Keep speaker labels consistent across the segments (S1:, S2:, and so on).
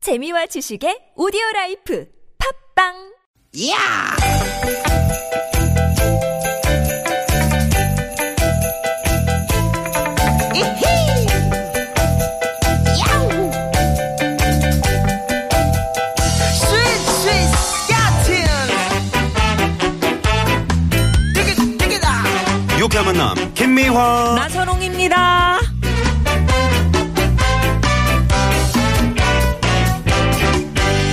S1: 재미와 지식의 오디오 라이프 팝빵!
S2: 이야! 이히! 야우! 스윗, 스윗, 야틴! 띠깃, 띠깃아!
S3: 유쾌한 만남 김미화
S4: 나선홍입니다.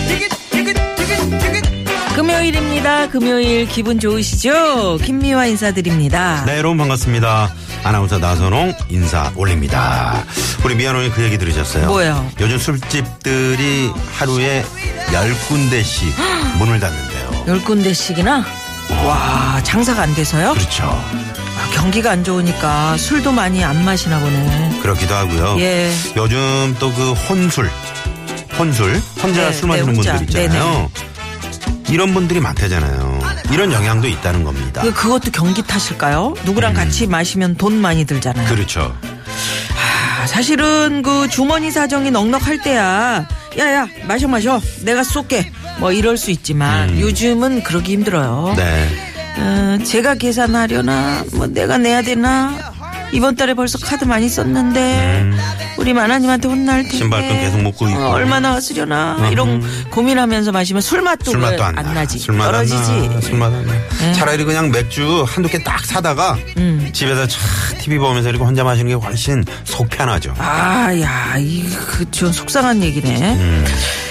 S2: 띠깃, 띠깃, 띠깃, 띠깃!
S4: 금요일입니다. 금요일 기분 좋으시죠? 김미화 인사드립니다.
S3: 네 여러분 반갑습니다 아나운서 나선홍 인사 올립니다 우리 미아노님 그 얘기 들으셨어요
S4: 뭐요?
S3: 요즘 술집들이 하루에 열 군데씩 문을 닫는데요
S4: 열 군데씩이나? 와, 장사가 안 돼서요?
S3: 그렇죠
S4: 아, 경기가 안 좋으니까 술도 많이 안 마시나 보네.
S3: 그렇기도 하고요
S4: 예.
S3: 요즘 또 그 혼술 혼술 혼자
S4: 네,
S3: 술
S4: 네,
S3: 마시는
S4: 혼자.
S3: 분들 있잖아요 이런 분들이 많대잖아요 이런 영향도 있다는 겁니다
S4: 그, 그것도 경기 탓일까요? 누구랑 같이 마시면 돈 많이 들잖아요.
S3: 음. 그렇죠
S4: 아, 사실은 그 주머니 사정이 넉넉할 때야, 야야, 마셔, 마셔. 내가 쏠게. 뭐 이럴 수 있지만 요즘은 그러기
S3: 음.
S4: 힘들어요.
S3: 네
S4: 어, 제가 계산하려나 뭐 내가 내야 되나 이번 달에 벌써 카드 많이 썼는데 우리 마나님한테 혼날 텐데
S3: 음. 신발끈 계속 묶고 있고.
S4: 어, 얼마나 쓰려나 이런 고민하면서 마시면 술맛도,
S3: 술맛도
S4: 왜
S3: 안, 나.
S4: 나지
S3: 술맛
S4: 떨어지지 네.
S3: 안 나. 술맛 안 나. 차라리 그냥 맥주 한두 개 딱 사다가
S4: 음.
S3: 집에서 차 TV 보면서 이렇게 혼자 마시는 게 훨씬 속 편하죠.
S4: 아야 이그좀 속상한 얘기네
S3: 음.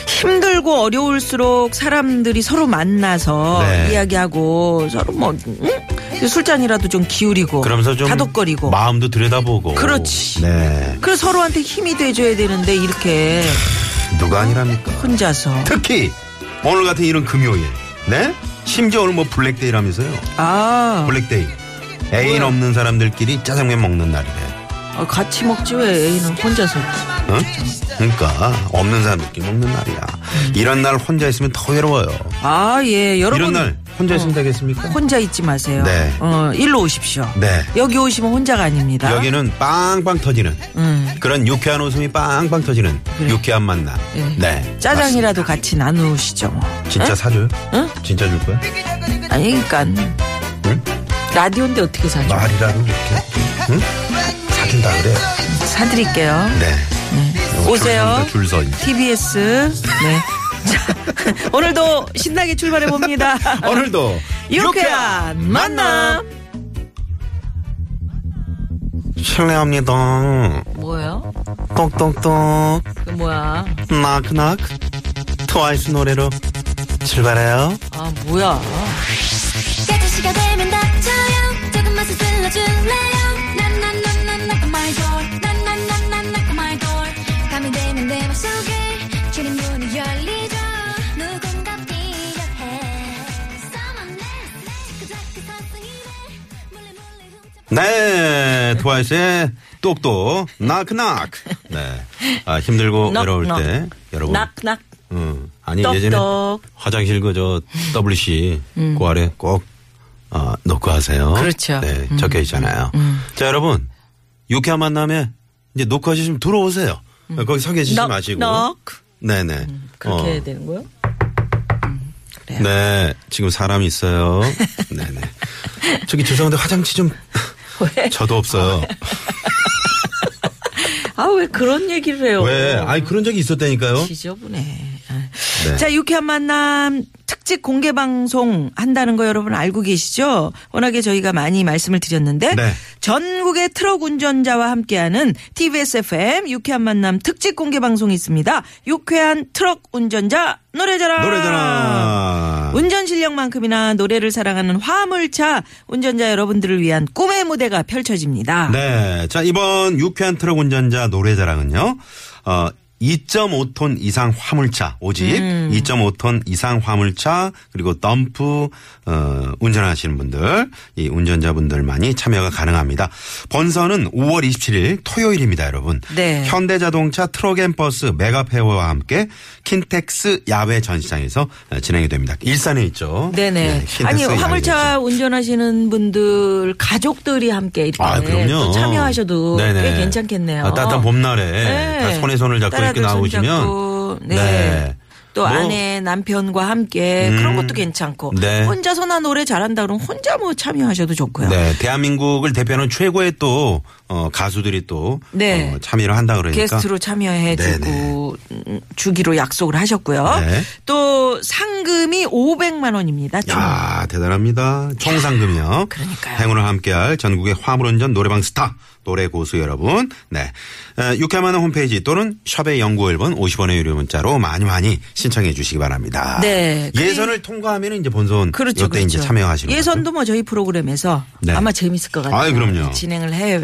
S4: 힘들고 어려울수록 사람들이 서로 만나서
S3: 네.
S4: 이야기하고 서로 뭐 응? 술잔이라도 좀 기울이고
S3: 그러면서 좀
S4: 다독거리고
S3: 마음도 들여다보고.
S4: 그렇지.
S3: 네.
S4: 그래서 서로한테 힘이 돼줘야 되는데 이렇게
S3: 누가 아니랍니까?
S4: 혼자서
S3: 특히 오늘 같은 이런 금요일. 네? 심지어 오늘 뭐 블랙데이라면서요.
S4: 아
S3: 블랙데이. 애인 없는 사람들끼리 짜장면 먹는 날이래.
S4: 아, 같이 먹지 왜 애인은 혼자서
S3: 응? 그러니까 없는 사람들끼리 먹는 날이야.
S4: 음.
S3: 이런 날 혼자 있으면 더 외로워요.
S4: 아 예 여러분 어.
S3: 이런 날 혼자 있으면 되겠습니까?
S4: 혼자 있지 마세요
S3: 네.
S4: 어 일로 오십시오
S3: 네.
S4: 여기 오시면 혼자가 아닙니다
S3: 여기는 빵빵 터지는
S4: 음,
S3: 그런 유쾌한 웃음이 빵빵 터지는 유쾌한 만남.
S4: 예.
S3: 네.
S4: 짜장이라도 같이 나누시죠 뭐
S3: 맞습니다. 진짜 사줘요?
S4: 응?
S3: 진짜 줄 거야?
S4: 아니 그니까
S3: 응?
S4: 라디오인데 어떻게 사죠
S3: 말이라도 이렇게 응? 사준다 그래.
S4: 사드릴게요
S3: 네. 요거 줄
S4: 오세요.
S3: 서니까 줄 서. 있네.
S4: TBS 네 자, 오늘도 신나게 출발해 봅니다
S3: 오늘도
S4: 유쾌한 만남
S3: 실례합니다.
S4: 뭐예요
S3: 똑똑똑
S4: 그 뭐야
S3: 낙낙 트와이스 노래로 출발해요.
S4: 아 뭐야
S5: 12시가 되면 닥쳐요 조금만 서둘러줄래요 난난난난 knock on my door 난난난난 knock on my door 밤이 되면 내 맘속에 주린 문이 열리죠 누군가 필요해 Someone let's play 그저께 선생님의 몰래 몰래 훔쳐
S3: 네, 트와이스의 똑똑 낙낙. 네. 아, 힘들고
S4: 넉,
S3: 외로울
S4: 넉.
S3: 때 여러분
S4: 낙낙
S3: 응. 음. 아니
S4: 떡떡. 음.
S3: 예전에 화장실 그 저 WC 그 아래 꼭 아, 넣고 하세요.
S4: 그렇죠. 음.
S3: 네, 적혀 있잖아요. 자 여러분 유쾌한 만남에 이제 녹화하시면 들어오세요. 거기 서 계시지
S4: 음. 넉,
S3: 마시고.
S4: 넉. 음,
S3: 네네.
S4: 그렇게
S3: 어,
S4: 해야 되는 거요?
S3: 네, 지금 사람 있어요. 네네. 저기 죄송한데 화장실 좀 저도 없어요.
S4: 아 어, 왜 그런 얘기를 해요?
S3: 왜? 아니 그런 적이 있었다니까요.
S4: 지저분해. 아.
S3: 네.
S4: 자 유쾌한 만남 특집 공개 방송 한다는 거 여러분 알고 계시죠? 워낙에 저희가 많이 말씀을 드렸는데
S3: 네.
S4: 전국의 트럭 운전자와 함께하는 TBS FM 유쾌한 만남 특집 공개 방송이 있습니다. 유쾌한 트럭 운전자 노래자랑.
S3: 노래잖아.
S4: 운전 실력만큼이나 노래를 사랑하는 화물차 운전자 여러분들을 위한 꿈의 무대가 펼쳐집니다.
S3: 네. 자, 이번 유쾌한 트럭 운전자 노래 자랑은요. 어, 2.5톤 이상 화물차 오직
S4: 음.
S3: 2.5톤 이상 화물차 그리고 덤프 어, 운전하시는 분들 이 운전자분들만이 참여가 가능합니다. 본선은 5월 27일 토요일입니다, 여러분.
S4: 네.
S3: 현대자동차 트럭앤버스 메가페어와 함께 킨텍스 야외 전시장에서 어, 진행이 됩니다. 일산에 있죠.
S4: 네네.
S3: 네, 킨텍스
S4: 아니
S3: 야외 전시장.
S4: 화물차 운전하시는 분들 가족들이 함께 이렇게
S3: 아, 그럼요.
S4: 네, 또 참여하셔도
S3: 네네.
S4: 꽤 괜찮겠네요.
S3: 아, 따뜻한 봄날에
S4: 네.
S3: 다 손에 손을 잡고 이렇게
S4: 딸아들 손
S3: 나오시면
S4: 잡고, 네. 또
S3: 뭐. 음.
S4: 아내 남편과 함께 그런 것도 괜찮고
S3: 네.
S4: 혼자서 나 노래 잘한다 그러면 혼자 뭐 참여하셔도 좋고요.
S3: 네, 대한민국을 대표하는 최고의 또 어, 가수들이 또
S4: 네.
S3: 어, 참여를 한다 그러니까
S4: 게스트로 참여해주고 음, 주기로 약속을 하셨고요.
S3: 네.
S4: 또 상금이 500만 원입니다. 총.
S3: 야 대단합니다. 총상금이요.
S4: 그러니까요.
S3: 행운을 함께할 전국의 화물운전 노래방 스타 노래 고수 여러분, 네 에, 유쾌한 홈페이지 또는 샵의 연구 1번 50원의 유료 문자로 많이 많이 신청해 주시기 바랍니다.
S4: 네.
S3: 예선을 통과하면 이제 본선
S4: 그렇죠.
S3: 이때
S4: 그렇죠.
S3: 이제 참여하시는
S4: 예선도 뭐 저희 프로그램에서
S3: 네.
S4: 아마 재밌을 것 같아요.
S3: 아이, 그럼요.
S4: 진행을 해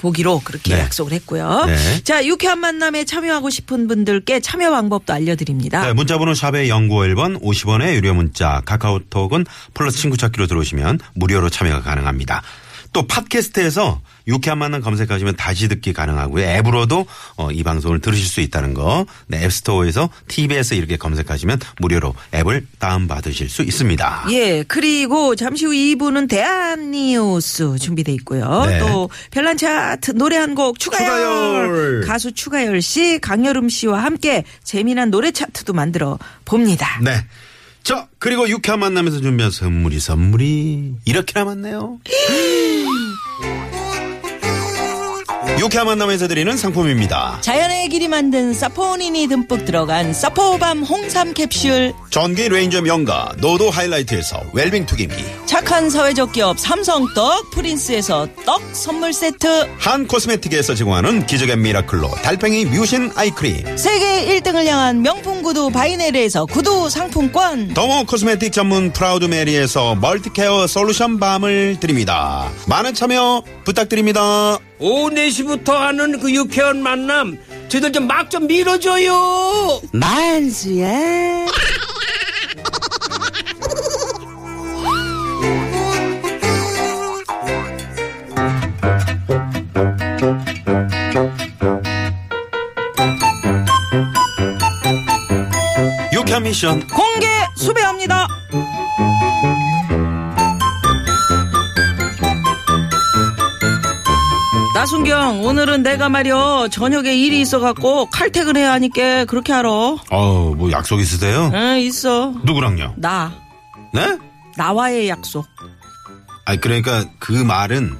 S4: 보기로 그렇게
S3: 네.
S4: 약속을 했고요.
S3: 네.
S4: 자, 유쾌한 만남에 참여하고 싶은 분들께 참여 방법도 알려드립니다.
S3: 네, 문자번호 샵의 연구 1번 50원의 유료 문자 카카오톡은 플러스 친구 찾기로 들어오시면 무료로 참여가 가능합니다. 또 팟캐스트에서 유쾌한 만남 검색하시면 다시 듣기 가능하고요. 앱으로도 어, 이 방송을 들으실 수 있다는 거. 네, 앱스토어에서 TBS 이렇게 검색하시면 무료로 앱을 다운받으실 수 있습니다.
S4: 예, 그리고 잠시 후 2부는 대한뉴스 준비돼 있고요.
S3: 네.
S4: 또 별난 차트 노래 한 곡 추가열.
S3: 추가열.
S4: 가수 추가열 씨, 강여름 씨와 함께 재미난 노래 차트도 만들어 봅니다.
S3: 네. 저 그리고 유쾌한 만남에서 준비한 선물이 선물이 이렇게 남았네요. 유쾌한 만남에서 드리는 상품입니다.
S6: 자연의 길이 만든 사포닌이 듬뿍 들어간 사포밤 홍삼 캡슐
S3: 전기 레인저 명가 노도 하이라이트에서 웰빙 투기미
S6: 착한 사회적 기업 삼성떡 프린스에서 떡 선물 세트
S3: 한 코스메틱에서 제공하는 기적의 미라클로 달팽이 뮤신 아이크림
S6: 세계 1등을 향한 명품 구두 바이네르에서 구두 상품권
S3: 더모 코스메틱 전문 프라우드 메리에서 멀티케어 솔루션 밤을 드립니다 많은 참여 부탁드립니다
S7: 오후 4시부터 하는 그 유쾌한 만남 저희들 좀 막 좀 밀어줘요
S6: 만수야
S3: 유쾌한 미션
S4: 공개 수배합니다. 나순경 오늘은 내가 말이여 저녁에 일이 있어갖고 칼퇴근해야 하니까 그렇게 하러
S3: 어우 뭐 약속 있으세요?
S4: 응 있어
S3: 누구랑요?
S4: 나
S3: 네?
S4: 나와의 약속
S3: 아니 그러니까 그 말은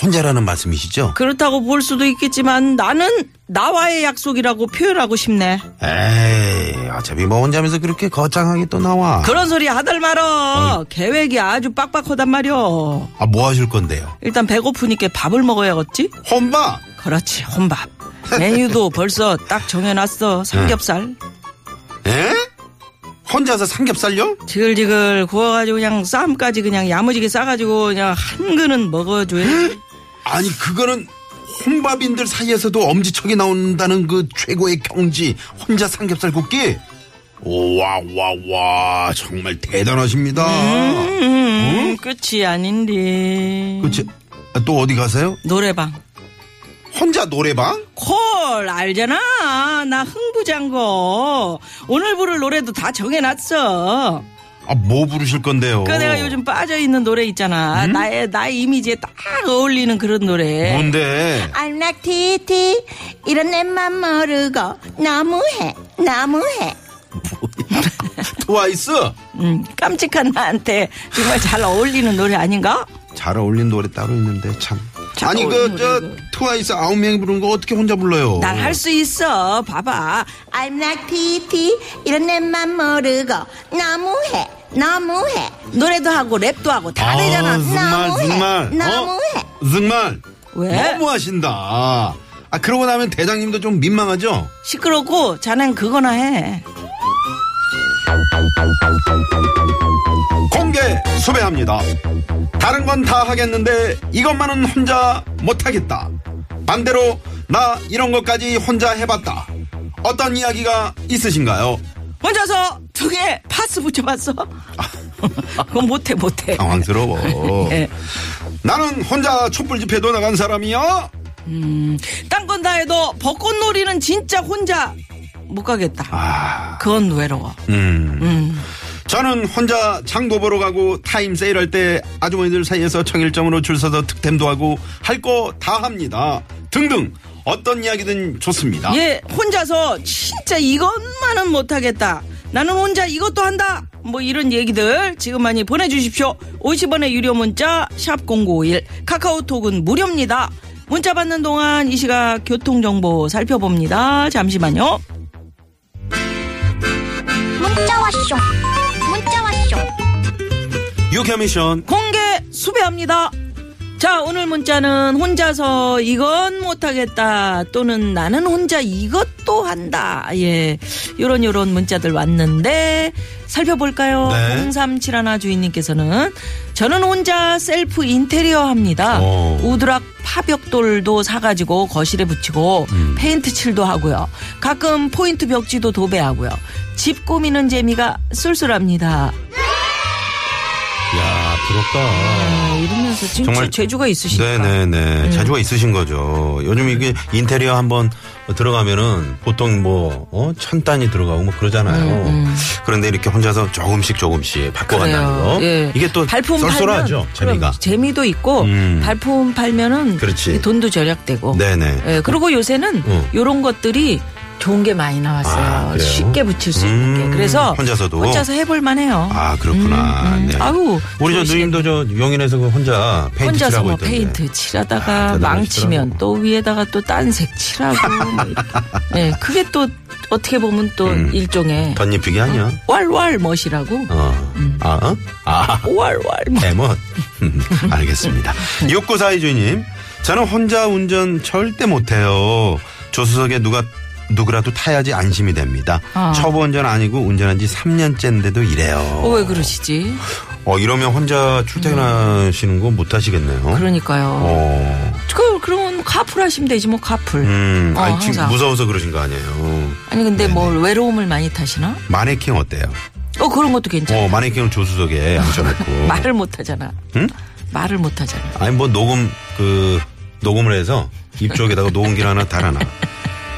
S3: 혼자라는 말씀이시죠?
S4: 그렇다고 볼 수도 있겠지만 나는 나와의 약속이라고 표현하고 싶네
S3: 에이 어차피 뭐 혼자면서 그렇게 거창하게 또 나와
S4: 그런 소리 하들 말어 계획이 아주 빡빡하단 말이여
S3: 아 뭐 하실 건데요?
S4: 일단 배고프니까 밥을 먹어야겠지
S3: 혼밥
S4: 그렇지 혼밥 메뉴도 벌써 딱 정해놨어 삼겹살
S3: 에? 혼자서 삼겹살요?
S4: 지글지글 구워가지고 그냥 쌈까지 그냥 야무지게 싸가지고 그냥 한 그릇 먹어줘야지
S3: 아니 그거는 혼밥인들 사이에서도 엄지척이 나온다는 그 최고의 경지 혼자 삼겹살 굽기 오와와와 정말 대단하십니다
S4: 음, 끝이 아닌데
S3: 그치 아, 또 어디 가세요?
S4: 노래방
S3: 혼자 노래방?
S4: 콜 알잖아 나 흥부장고 오늘 부를 노래도 다 정해놨어
S3: 아 뭐 부르실 건데요?
S4: 그 내가 요즘 빠져있는 노래 있잖아 나의 나의 이미지에 딱 어울리는 그런 노래
S3: 뭔데?
S8: I'm like TT 이런 내맘 모르고 너무해 너무해
S3: 트와이스?
S4: 음, 깜찍한 나한테 정말 잘 어울리는 노래 아닌가
S3: 잘 어울린 노래 따로 있는데 참
S4: 잘
S3: 아니
S4: 어울리는
S3: 그 저
S4: 노래고.
S3: 트와이스 아홉 명이 부르는 거 어떻게 혼자 불러요?
S4: 난 할 수 있어 봐봐
S8: I'm like TT 이런 내맘 모르고 너무해 너무해
S4: 노래도 하고 랩도 하고 다 되잖아
S3: 아, 정말
S8: 너무해.
S3: 정말
S8: 너무해.
S3: 어? 정말
S4: 왜?
S3: 너무 하신다. 아 그러고 나면 대장님도 좀 민망하죠?
S4: 시끄럽고 자넨 그거나 해
S3: 공개 수배합니다. 다른 건 다 하겠는데 이것만은 혼자 못하겠다. 반대로 나 이런 것까지 혼자 해봤다. 어떤 이야기가 있으신가요?
S4: 혼자서 두 개 파스 붙여봤어 그건 못해 못해
S3: 어. 당황스러워.
S4: 예.
S3: 나는 혼자 촛불 집회도 나간 사람이야.
S4: 딴 건 다 해도 벚꽃놀이는 진짜 혼자 못 가겠다.
S3: 아.
S4: 그건 외로워.
S3: 음.
S4: 음.
S3: 저는 혼자 장도 보러 가고 타임 세일할 때 아주머니들 사이에서 청일점으로 줄 서서 특템도 하고 할 거 다 합니다. 등등 어떤 이야기든 좋습니다.
S4: 예, 혼자서 진짜 이것만은 못하겠다. 나는 혼자 이것도 한다. 뭐 이런 얘기들 지금 많이 보내주십시오. 50원의 유료 문자 샵 #0951 카카오톡은 무료입니다. 문자 받는 동안 이 시각 교통 정보 살펴봅니다. 잠시만요.
S5: 문자 왔쇼 문자 왔쇼
S3: 유쾌한 미션.
S4: 공개 수배합니다. 자, 오늘 문자는 혼자서 이건 못하겠다 또는 나는 혼자 이것도 한다. 예. 요런 요런 문자들 왔는데 살펴볼까요?
S3: 네.
S4: 0371 주인님께서는 저는 혼자 셀프 인테리어 합니다.
S3: 오.
S4: 우드락 파벽돌도 사가지고 거실에 붙이고
S3: 음.
S4: 페인트 칠도 하고요. 가끔 포인트 벽지도 도배하고요. 집 꾸미는 재미가 쏠쏠합니다.
S3: 야, 부럽다.
S4: 아, 이러면서 지금
S3: 정말-
S4: 제- 재주가 있으시니까. 음.
S3: 네네네. 자주가 있으신 거죠. 요즘 이게 인테리어 한번 들어가면은 보통 뭐, 어, 천 단위 들어가고 뭐 그러잖아요.
S4: 음,
S3: 그런데 이렇게 혼자서 조금씩 조금씩 바꿔간다는
S4: 그래요.
S3: 거.
S4: 예.
S3: 이게 또
S4: 발품
S3: 쏠쏠하죠.
S4: 팔면,
S3: 재미가.
S4: 그럼 재미도 있고
S3: 음.
S4: 발품 팔면은
S3: 그렇지.
S4: 이게 돈도 절약되고.
S3: 네네.
S4: 예, 그리고 요새는
S3: 어.
S4: 요런 것들이 좋은 게 많이 나왔어요.
S3: 아, 그래요?
S4: 쉽게 붙일 수 있는
S3: 음,
S4: 게. 그래서
S3: 혼자서도?
S4: 혼자서 해볼 만해요.
S3: 아, 그렇구나.
S4: 음, 음.
S3: 네.
S4: 아우,
S3: 우리 저
S4: 좋으시겠네.
S3: 누님도 저 용인에서 그 혼자 페인트
S4: 혼자서
S3: 칠하고
S4: 뭐
S3: 있던데.
S4: 페인트 칠하다가
S3: 아,
S4: 망치면
S3: 대단하시더라고.
S4: 또 위에다가 또 딴색 칠하고 뭐 이렇게. 예, 그게 또 어떻게 보면 또
S3: 음.
S4: 일종의
S3: 덧입히기 아니야.
S4: 음. 왈왈 멋이라고
S3: 어.
S4: 음.
S3: 아, 어? 아.
S4: 왈왈
S3: 대문. 알겠습니다.
S4: 네.
S3: 6942 주님, 저는 혼자 운전 절대 못해요. 조수석에 누가 누구라도 타야지 안심이 됩니다.
S4: 아.
S3: 초보 운전 아니고 운전한 지 3년째인데도 이래요.
S4: 어, 왜 그러시지?
S3: 어, 이러면 혼자 출퇴근하시는 거 못 하시겠네요.
S4: 그러니까요.
S3: 어.
S4: 그 그러면 카풀 하시면 되지 뭐 카풀.
S3: 음,
S4: 어,
S3: 아니, 지금
S4: 항상.
S3: 무서워서 그러신 거 아니에요.
S4: 아니 근데 뭘 외로움을 많이 타시나?
S3: 마네킹 어때요?
S4: 어 그런 것도 괜찮아.
S3: 어, 마네킹을 조수석에 앉혀놓고.
S4: 말을 못 하잖아.
S3: 응?
S4: 말을 못 하잖아.
S3: 아니 뭐 녹음 그 녹음을 해서 입 쪽에다가 녹음기를 하나 달아놔.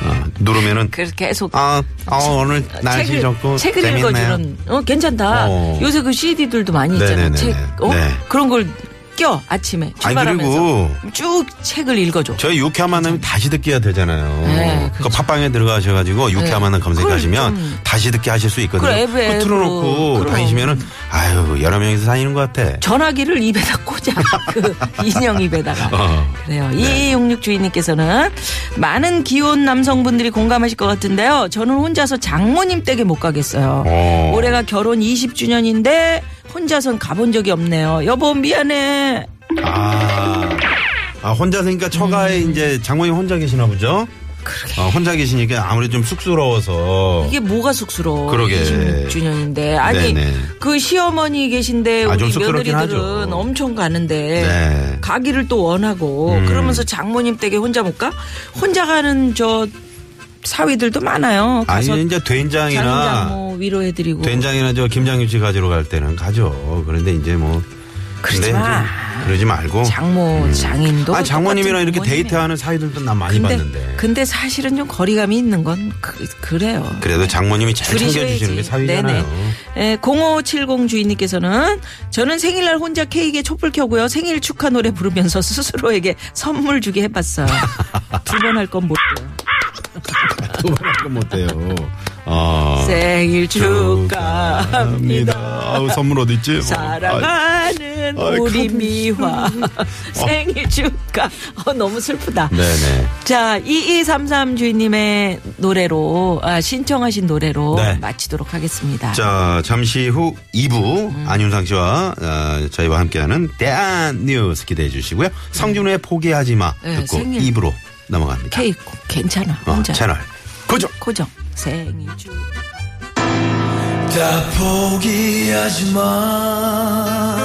S3: 어, 누르면은
S4: 그래서 계속
S3: 아, 아 오늘 날씨
S4: 책을
S3: 좋고
S4: 책을
S3: 재밌네요.
S4: 읽어주는 어 괜찮다.
S3: 어.
S4: 요새 그 CD들도 많이 있잖아.
S3: 네네네네.
S4: 책 어?
S3: 네.
S4: 그런 걸 껴, 아침에
S3: 아니
S4: 출발하면서
S3: 그리고
S4: 쭉 책을 읽어줘.
S3: 저희 유쾌한 만남 다시 듣기 해야 되잖아요.
S4: 네,
S3: 그 팟빵에 들어가셔가지고 유쾌한
S4: 네.
S3: 만남
S4: 그걸
S3: 검색하시면
S4: 좀-
S3: 다시 듣기 하실 수 있거든요.
S4: 그래, 앱에
S3: 그거 틀어놓고
S4: 그럼.
S3: 다니시면은 아유 여러 명이서 다니는 것 같아.
S4: 전화기를 입에다 꽂아 그 인형 입에다가
S3: 어.
S4: 그래요. 2266 주인님께서는 많은 기혼 남성분들이 공감하실 것 같은데요. 저는 혼자서 장모님 댁에 못 가겠어요.
S3: 어.
S4: 올해가 결혼 20주년인데 혼자선 가본 적이 없네요. 여보 미안해.
S3: 아, 아 혼자서니까 처가에
S4: 음.
S3: 이제 장모님 혼자 계시나 보죠. 어, 혼자 계시니까 아무래도 좀 쑥스러워서
S4: 이게 뭐가 쑥스러워.
S3: 그러게.
S4: 20주년인데 아니
S3: 네네.
S4: 그 시어머니 계신데
S3: 아, 좀
S4: 우리
S3: 쑥스럽긴
S4: 며느리들은
S3: 하죠.
S4: 엄청 가는데
S3: 네. 음.
S4: 가기를 또 원하고 그러면서 장모님 댁에 혼자 못 가? 혼자 가는 저 사위들도 많아요. 가서
S3: 아니 이제 된장이나
S4: 장모 위로해드리고
S3: 된장이나 저 김장김 치 가지러 갈 때는 가죠. 그런데 이제 뭐
S4: 그러지
S3: 근데
S4: 마.
S3: 이제 그러지 말고
S4: 장모 장인도
S3: 아 장모님이랑
S4: 똑같은
S3: 이렇게
S4: 부모님이에요.
S3: 데이트하는 사이들도 난 많이
S4: 근데, 그
S3: 봤는데
S4: 근데 사실은 좀 거리감이 있는 건 그, 래요
S3: 그래도 장모님이 잘 챙겨주시는 게 사위잖아요.
S4: 네네. 에, 0570 예, 주인님께서는 저는 생일날 혼자 케이크에 촛불 켜고요. 생일 축하 노래 부르면서 스스로에게 선물 주게 해봤어요. 두 번 할 건 못 돼요.
S3: 또말할건 못해요.
S4: 아,
S3: 어.
S4: 생일 그렇죠. 축하합니다.
S3: 아우, 선물 어딨지? 아,
S4: 사랑하는
S3: 아이, 가만히
S4: 우리 미화 생일 축하. 어, 너무 슬프다.
S3: 네네.
S4: 자, 2233 주인님의 노래로, 아, 신청하신 노래로
S3: 네.
S4: 마치도록 하겠습니다.
S3: 자, 잠시 후 2부
S4: 음.
S3: 안윤상 씨와 어, 저희와 함께하는 대한 뉴스 기대해 주시고요. 성준우의 포기하지 마
S4: 네,
S3: 듣고
S4: 생일.
S3: 2부로 넘어갑니다.
S4: 케이크 괜찮아.
S3: 어,
S4: 혼자.
S3: 채널 고정.
S4: 고정. 생일 축하.
S2: 다 포기하지 마.